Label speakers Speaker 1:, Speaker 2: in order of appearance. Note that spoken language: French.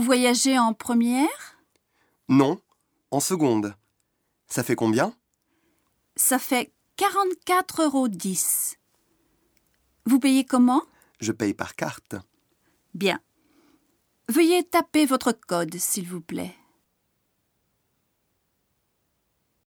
Speaker 1: voyagez en première
Speaker 2: Non, en seconde. Ça fait combien
Speaker 1: Ça fait 44,10 euros. Vous payez comment
Speaker 2: Je paye par carte.
Speaker 1: Bien. Veuillez taper votre code, s'il vous plaît.